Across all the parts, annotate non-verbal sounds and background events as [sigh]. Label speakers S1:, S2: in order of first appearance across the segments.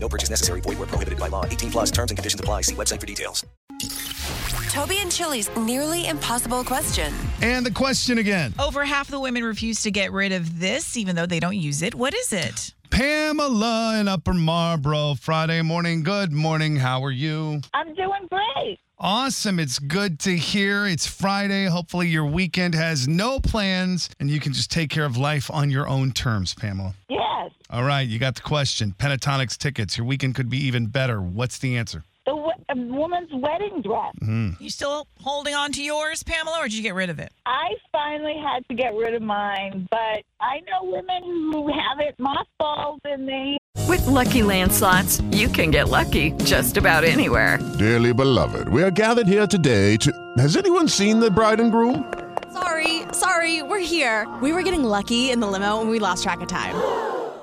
S1: No purchase necessary. Void where prohibited by law. 18 plus terms and conditions apply. See website for details.
S2: Toby and Chili's nearly impossible question.
S3: And the question again.
S4: Over half the women refuse to get rid of this, even though they don't use it. What is it?
S3: Pamela in Upper Marlboro, Friday morning. Good morning. How are you?
S5: I'm doing great.
S3: Awesome. It's good to hear. It's Friday. Hopefully, your weekend has no plans and you can just take care of life on your own terms, Pamela.
S5: Yes.
S3: All right, you got the question. Pentatonics tickets. Your weekend could be even better. What's the answer?
S5: The w- a woman's wedding dress.
S3: Mm.
S4: You still holding on to yours, Pamela, or did you get rid of it?
S5: I finally had to get rid of mine, but I know women who have it mothballed and they
S6: With Lucky Land slots, you can get lucky just about anywhere.
S7: Dearly beloved, we are gathered here today to. Has anyone seen the bride and groom?
S8: Sorry, sorry, we're here. We were getting lucky in the limo and we lost track of time.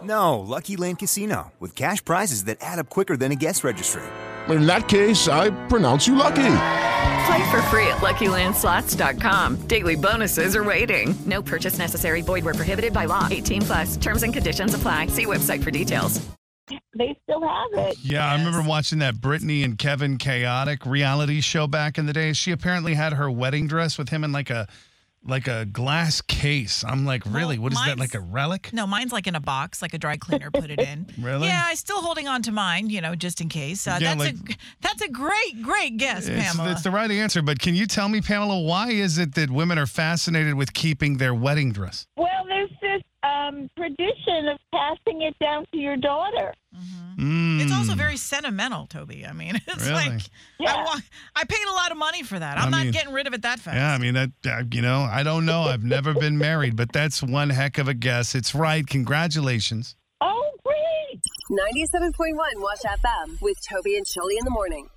S9: No, Lucky Land Casino, with cash prizes that add up quicker than a guest registry.
S7: In that case, I pronounce you lucky.
S6: Play for free at LuckyLandSlots.com. Daily bonuses are waiting. No purchase necessary. Void were prohibited by law. 18 plus. Terms and conditions apply. See website for details.
S5: they still have it.
S3: Yeah, I remember watching that Brittany and Kevin chaotic reality show back in the day. She apparently had her wedding dress with him in like a like a glass case. I'm like, really?
S4: Well,
S3: what is that? Like
S4: mine's-
S3: a relic?
S4: No, mine's like in a box, like a dry cleaner put it in.
S3: [laughs] Really?
S4: Yeah, I'm still holding on to mine, you know, just in case. Uh,
S3: Yeah,
S4: that's a that's a great great guess,
S3: It's,
S4: Pamela.
S3: it's the right answer, but can you tell me, Pamela, why is it that women are fascinated with keeping their wedding dress?
S5: Well, there's this um, tradition of passing it down to your daughter.
S4: It's also
S3: Mm.
S4: very sentimental, Toby. I mean, [laughs] it's
S3: Really?
S4: like I
S5: Yeah.
S4: wa- I paid a lot of money for that. I'm
S3: I
S4: not
S3: mean-
S4: getting rid of it that fast.
S3: Yeah, I mean that. Uh, you know, I don't know. I've never been married, but that's one heck of a guess. It's right. Congratulations.
S5: Oh, great.
S8: 97.1 Wash FM with Toby and Chili in the morning.